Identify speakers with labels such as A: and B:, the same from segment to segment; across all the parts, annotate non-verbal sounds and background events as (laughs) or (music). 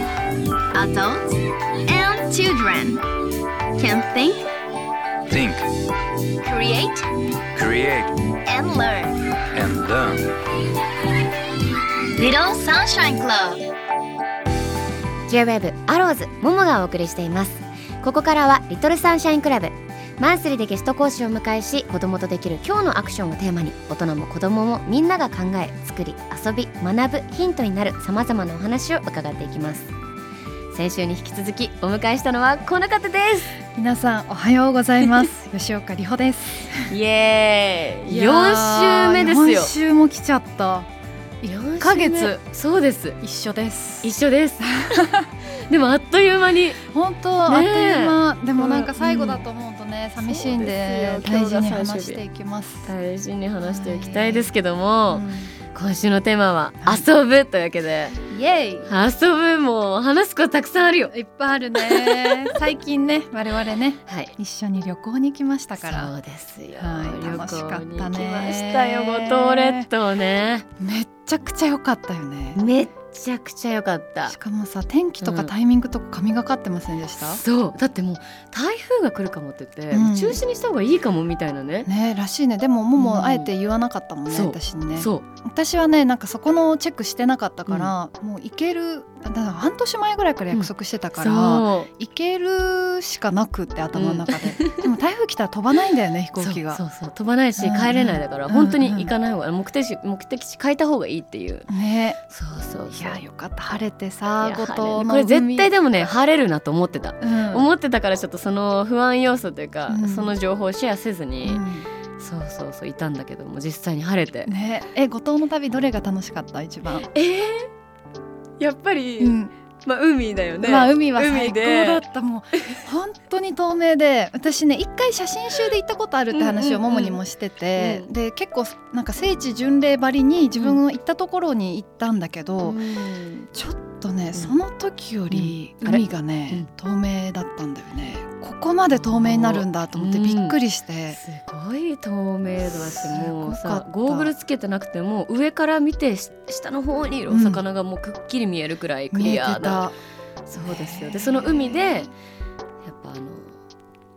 A: Adults and children can think,
B: Think,
A: create,
B: create,
A: and learn.
B: and learn.
A: Little Sunshine Club.
C: J-WAVE アローズモモがお送りしていますここからはリトルサンシャインクラブマンスリーでゲスト講師をお迎えし子供とできる今日のアクションをテーマに大人も子供もみんなが考え作り遊び学ぶヒントになるさまざまなお話を伺っていきます先週に引き続きお迎えしたのはこの方です
D: 皆さんおはようござい
C: (laughs)
D: ます。吉岡里帆です。
C: イエ
D: いや
C: 4週目ですよ
D: 四週も来ちゃった。
C: 4
D: ヶ月
C: そうです
D: 一緒です。
C: 一緒ですでもあっという間に
D: 本当あっという間。でもなん
C: う
D: か
C: ん
D: 最後だと思うとね、寂しいんで
C: そうで
D: 大
C: すよ
D: 事に
C: 今日が最終日
D: 話していきます。
C: 大事に話していきたいですけども、
D: うん
C: 今週のテーマは
D: はい
C: 遊ぶというわけで、
D: イエ
C: 遊ぶも話すことたくさんあるよ
D: イ。いっぱいあ
C: (laughs)
D: るね。最近ね我々ね
C: はい。
D: 一緒に旅行に行きましたから。
C: そうですよ。
D: はい
C: 旅
D: 楽しか
C: 行
D: ったね
C: に行きましたよ。五島列島ね。
D: めっちゃくちゃ良かったよね。
C: めっちゃくちゃ良かった
D: し。かもさ天気と
C: う
D: か
C: ん
D: タイミングとか神がかってませんでした？
C: そうだってもう台風が来るかもって言って、
D: うん
C: もう中止にした方がいいかもみたいなね。
D: ねらしいねでもも
C: う
D: も
C: ん
D: あえて言わなかったもんね、
C: そう
D: 私にね
C: そう
D: 私はねなんかそこのチェックしてなかったから、もう行けるだから半年前ぐらいから約束してたから、
C: そう
D: 行けるしかなくって頭の中で、
C: (laughs)
D: でも台風来たら飛ばないんだよね飛行機が
C: そうそうそう飛ばないし
D: うんうん
C: 帰れないだから、
D: うんうん
C: 本当に行かない方が目的地目的地変えた方がいいっていう。
D: ね
C: そうそうそう。
D: いや
C: いや
D: よかった晴れてさ後
C: 晴
D: 藤
C: れる
D: の
C: これ絶
D: 海
C: 対でもね晴れるなと思ってた。
D: うん
C: 思ってたからちょっとその不安要素というか、
D: うん
C: その情報をシェアせずに、
D: う
C: そうそうそういたんだけども実際に晴れて
D: ん、ねえ後藤の旅どれが楽しかった一番、
C: えー、 (laughs) やっぱり、
D: うん
C: まあ、海だよね、
D: まあ海は最
C: 海
D: 高
C: で
D: だったもう本当に透明で私ね一回写真集で行ったことあるって
C: うん
D: 話を
C: うん
D: も
C: うん
D: もにもしてて、
C: うん
D: で結構なんか聖地巡礼ばりに自分の行ったところに行ったんだけど、
C: うん
D: ちょっとね、その時より
C: うんあれ
D: 海がね、透明だったんだよねここまで透明になるんだと思って
C: うん
D: びっくりして、
C: すごい透明度だしもう
D: すごか
C: さ
D: った
C: ゴーグルつけてなくても上から見てし下の方にいるお魚がもうくっきり見えるくらいク
D: 見え
C: リ
D: て
C: アな、
D: た
C: そうですよ
D: ね
C: でその海でやっぱあの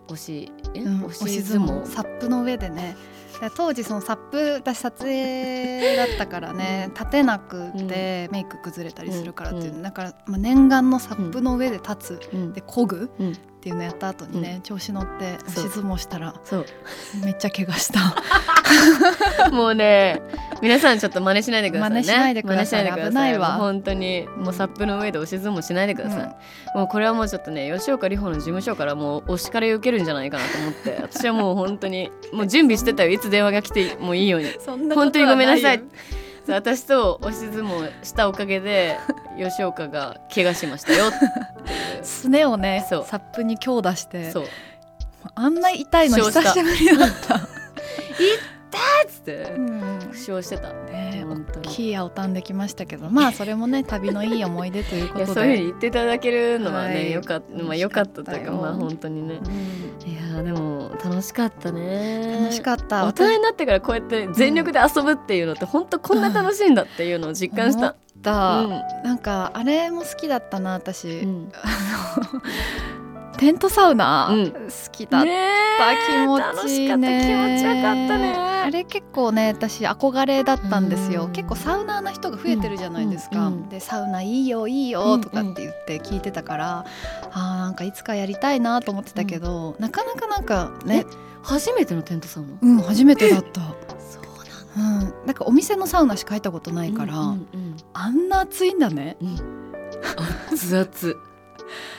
C: 押しえ、
D: うん、
C: 押し相撲
D: サップの上でねで当時そのサップ私撮影だったからね立てなくてメイク崩れたりするからっていう、
C: うん
D: だから、まあ、念願のサップの上で立つ、
C: うん
D: で漕ぐ、
C: うん
D: っていうのやった後にね、調子乗って押
C: そう
D: し相撲したら
C: そう
D: めっちゃ怪我した
C: (laughs) もうね皆さんちょっと真似しないでくださいね
D: 真似しないでくだ
C: 真
D: さい
C: 似しなでくださ
D: 危ないわ
C: もう本当にもうサップの上で押し相撲しないでください、もうこれはもうちょっとね吉岡里帆の事務所からもうお叱り受けるんじゃないかなと思って私はもう本当にもう準備してたよいつ電話が来てもいいよう
D: (laughs)
C: に
D: そんな
C: 本当にごめんなさいそう私と押し相撲したおかげで吉岡が怪我しましたよっていう
D: すねをねサ
C: そう
D: ップに強打 (laughs) して
C: そう
D: あんな痛いの
C: 負傷
D: 久
C: した
D: しぶりだ
C: (laughs)
D: った、
C: つって
D: うん
C: 負傷してた
D: ね
C: 本当に
D: 大きい青たんできましたけどまあそれもね旅のいい思い出というこ
C: いや
D: と
C: そういうふう
D: で
C: に。言っていただけるのはね、
D: はい
C: よかったまあよかったというか
D: 楽しかったよ
C: まあ本当にね
D: うん
C: いやーでも楽しかったね
D: 楽しかった
C: 大人になってからこうやって全力で遊ぶっていうのって本当こんな楽しいんだっていうのを実感し、
D: 思ったた、
C: うん
D: なんかあれも好きだったな私、
C: うん
D: テントサウナ、
C: うん
D: 好きだった、
C: ね
D: 気持ちいいね
C: 楽しかった気持ちよかったね
D: あれ結構ね私憧れだったんですよ、
C: うん
D: 結構サウナーの人が増えてるじゃないですか、
C: うんうん
D: でサウナいいよいいよとかって言って聞いてたから、あーなんかいつかやりたいなと思ってたけど、なかなかなんかね
C: 初めてのテントサウナ
D: うん初めてだった
C: そうなん
D: うん、なんかお店のサウナしか入ったことないから、
C: うんうん
D: あんな暑いんだね
C: うんうん (laughs) 熱々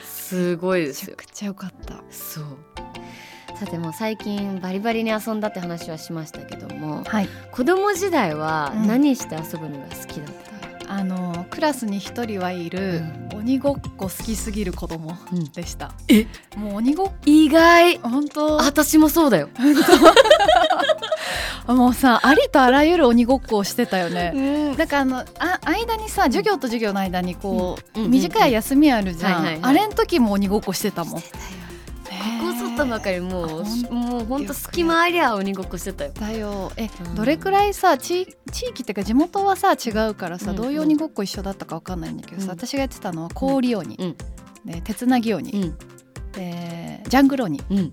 C: すごいで
D: め
C: す
D: ちゃ
C: よ
D: くちゃ良かった
C: そうさてもう最近バリバリに遊んだって話はしましたけども
D: はい
C: 子供時代は
D: うん
C: 何して遊ぶのが好きだった、
D: あのクラスに一人はいる鬼ごっこ好きすぎる子供
C: うん
D: でした、
C: え
D: もう鬼ごっ
C: 意外
D: こ本当
C: 私もそうだよ、
D: もうさありとあらゆる鬼ごっこをしてたよね
C: うん
D: なんかあのあ間にさ授業と授業の間にこう、
C: うんうんうん
D: 短い休みあるじゃ
C: は
D: ん、
C: いはいはい
D: あれの時も鬼ごっこしてたもん、
C: してたよ
D: ねえ
C: ここぞったばかりもう、
D: あ
C: もう本当隙間ありゃ鬼ごっこしてたよ。
D: だよえ、
C: うん
D: どれくらいさ地地域っていうか地元はさ違うからさ、
C: うんうん
D: 同様にごっこ一緒だったかわかんないんだけど
C: う
D: さ、
C: ん
D: 私がやってたのは氷鬼、
C: うん
D: で手つなぎ鬼、
C: うん
D: でジャングル鬼
C: うん。んん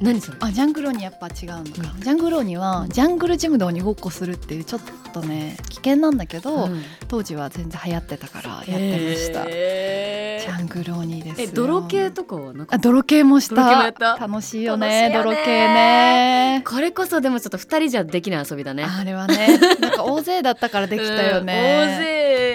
C: 何それ？
D: あジャングル鬼やっぱ違うのか、ジャングル鬼はジャングルジムで鬼ごっこするっていうちょっとね危険なんだけど、
C: うん
D: 当時は全然流行ってたからやってました、
C: へ
D: ジ
C: ー
D: ャングル鬼ですよ
C: え泥系とかはなんか
D: あ泥系もした
C: 泥系もやった
D: 楽しいよね
C: 楽しいよね
D: 泥系ね
C: これこそでもちょっと二人じゃできない遊びだね。
D: あれはねなんか大勢だったからできたよね、
C: うん (laughs) 大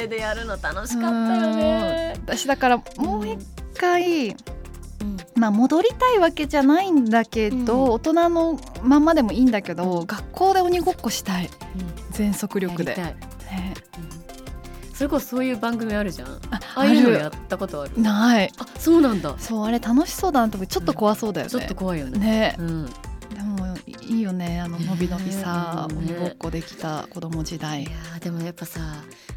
C: 勢でやるの楽しかったよね。
D: 私だからもう一回、
C: うん
D: まあ、戻りたいわけじゃないんだけど、
C: うん
D: 大人のまんまでもいいんだけど、学校で鬼ごっこしたい全速力
C: や
D: で、
C: りた
D: ね
C: い、それこそそういう番組あるじゃん。あ
D: あ
C: あいうのや
D: あ
C: ったことある。
D: るない
C: あそうなんだ。
D: そうあれ楽しそうだなと思ってちょっと怖そうだよね、
C: ちょっと怖いよね。
D: ね
C: うん。い
D: でもいいよねあののびのびさ、
C: ね
D: 鬼ごっこできた子供時代
C: やーでもやっぱさ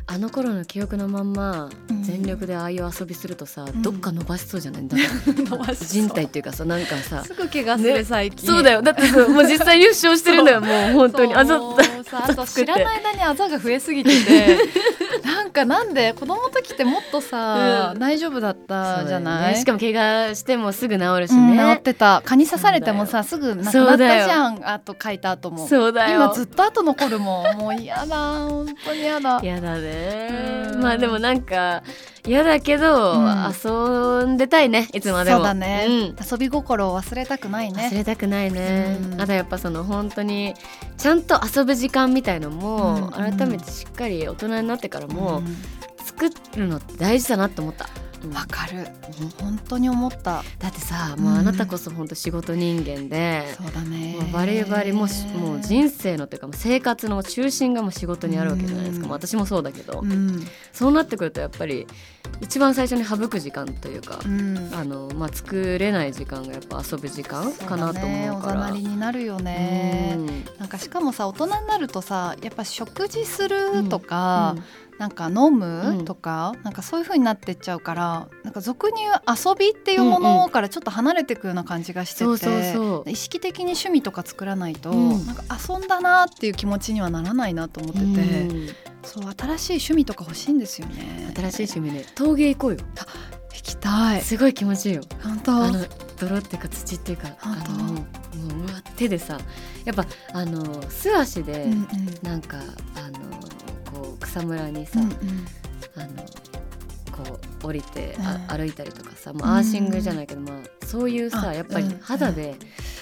C: あの頃の記憶のまんま
D: うん
C: 全力でああいう遊びするとさ、
D: ん
C: どっか伸ばしそうじゃないだから
D: 伸ばしそう
C: 人体っていうかさなんかさ
D: すぐ怪我する、
C: ね
D: 最
C: (laughs)
D: 近
C: そうだよだってさもう実際優勝してるんだよもう本当にあざ
D: そう
C: っ
D: さ
C: ざ (laughs)
D: あ
C: っ
D: と
C: つく
D: 知
C: って
D: らない間にあざが増えすぎ
C: (laughs)
D: ててなんかなんで子供の時ってもっとさ、
C: うん
D: 大丈夫だったじゃ
C: そうだ
D: ない、
C: よねしかも怪我してもすぐ治るし
D: うん、治
C: ね
D: っ、てた蚊に刺されてもさすぐなくなったじゃんあと書いた後も
C: そうだよ
D: 今ずっと後残るもんもう嫌だ本当に嫌だ
C: やだね
D: うん
C: まあでもなんか嫌だけど、遊んでたいねいつまでも
D: そうだね、
C: うん
D: 遊び心を忘れたくない
C: 忘
D: ね
C: れたくないね、
D: うん
C: あとやっぱその本当にちゃんと遊ぶ時間みたいの
D: う
C: も
D: ん
C: 改めてしっかり大人になってからも
D: う
C: 作るのって大事だなって思った、うん
D: んわ、
C: だ
D: かる本当に思った
C: ってさもうあなたこそ本当仕事人間で、
D: そうだね
C: もうバリバリもうしもう人生のというかもう生活の中心がもう仕事にあるわけじゃないですか、
D: うん
C: まあ私もそうだけど、
D: うん
C: そうなってくるとやっぱり一番最初に省く時間というか、
D: うん
C: あのまあ、作れない時間がやっぱ遊ぶ時間かなと思うか
D: そだねおざ
C: ら。
D: なりになるよ
C: う
D: ね。
C: ん
D: なんかしかもさ大人になるとさやっぱ食事するとか、なんか飲むとか、なんかそういう風になってっちゃうからなんか俗に言う遊びっていうものからちょっと離れてくような感じがしてて、
C: そうそうそう
D: 意識的に趣味とか作らないと、
C: うん
D: なんか遊んだなっていう気持ちにはならないなと思ってて、
C: うん
D: そう新しい趣味とか欲しいんですよね。
C: 新しい趣味ね陶芸行こうよ
D: 行きたい
C: すごい気持ちいいよ
D: 本当
C: あの泥っていうか土っていうかあ
D: 本当
C: のもうもううわ手でさやっぱあの素足で、
D: うんうん
C: なんかあのこう草むらに
D: う
C: さ、
D: んうん
C: あのこう降りて、あ
D: う
C: 歩いたりとかさ、まあ、アーシングじゃないけど、まあ、そういうさ
D: あ
C: やっぱり
D: うん
C: 肌で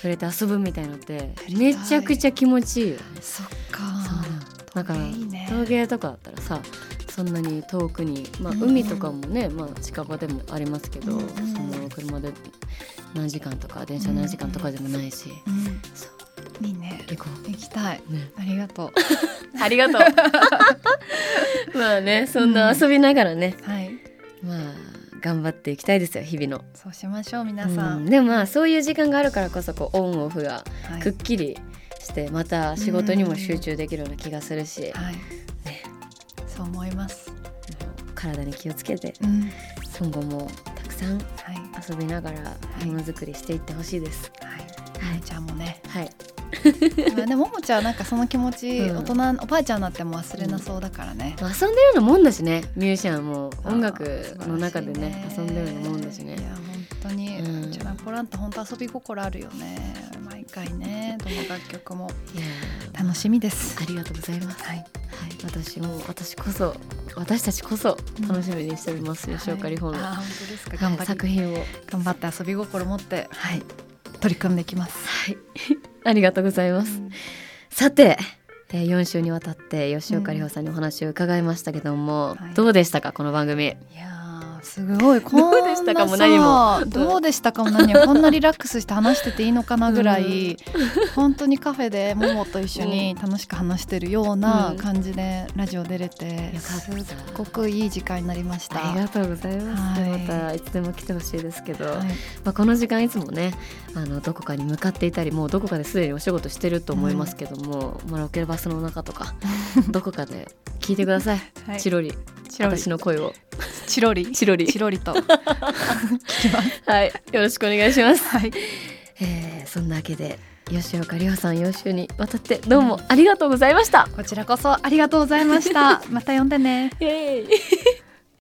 C: 触れて遊ぶみたいのって
D: りた
C: め
D: い
C: ちゃくちゃ気持ちいいよね。
D: そっか
C: そうだから
D: 陶芸いいね
C: 陶芸とかだったらさそんなに遠くに、まあ、
D: うんうん
C: 海とかもね、まあ、近場でもありますけど、
D: うんうん
C: その車で何時間とか電車何時間とかでもないし、
D: うん
C: そ
D: いいね
C: う行こ。
D: 行きたいう
C: ね、
D: ありがと
C: ありがとうまあねそんな遊びながらね、
D: う。はい、
C: まあ頑張っていきたいですよ日々の。
D: そうしましょう皆さ
C: うん
D: ん。
C: でもまあそういう時間があるからこそこうオンオフが
D: はい
C: くっきりして、また仕事にも集中できるような気がするし、
D: はい、そう思います。
C: 体に気をつけて
D: うん、はい、
C: 今後もたくさん
D: はい、
C: 遊びながら
D: い
C: ものづくりしていってほしいです。
D: ももちゃんもね。
C: はい、
D: まあでもももちゃんはなんかその気持ち、
C: うん
D: 大人おばあちゃんになっても忘れなそうだからね。
C: まあ遊んでるようなもんだしねミュージシャンも
D: あー
C: 音楽の中でね
D: 素
C: 遊ん
D: 晴らし
C: で
D: い
C: るようなもんだしね
D: いや本当に、
C: うん
D: うちらポランと本当遊び心あるよね。毎回ね、どの楽曲も
C: いやー
D: 楽しみです。
C: ありがとうございます、
D: はい、
C: は
D: はい、
C: い、私も私こそ私たちこそ楽しみにしております、吉岡里帆の、
D: あ
C: は
D: ー本当ですか。
C: い
D: 頑張り、
C: 作品を
D: 頑張って遊び心持って、はい、取り組んでいきます。
C: はい (laughs) ありがとうございます、さてえー4週にわたって吉岡里帆さんにお話を伺いましたけども、
D: はい
C: どうでしたかこの番組
D: いやーすごいこんな
C: どうでしたかも何も
D: さどうでしたかも何
C: (laughs)
D: もこんなリラックスして話してていいのかなぐらい、本当にカフェでももと一緒に楽しく話してるよう
C: う
D: なん感じでラジオ出れて、
C: よかった
D: すっごくいい時間になりました。
C: ありがとうございます、
D: はい
C: またいつでも来てほしいですけど、
D: はい
C: まあ、この時間いつもねあのどこかに向かっていたりもうどこかですでにお仕事してると思いますけども、まあ、ロケバスの中と
D: (laughs)
C: かどこかで聞いてください、
D: はい
C: チロリ
D: チロリ
C: 私の声を
D: チロリ
C: チロリ
D: チロリと
C: はいよろしくお願いします、
D: はい
C: えーそんなわけで吉岡里帆さん4週にわたってどうもありがとうございました。 (laughs)
D: こちらこそありがとうございました。また呼んでね。
C: イエーイ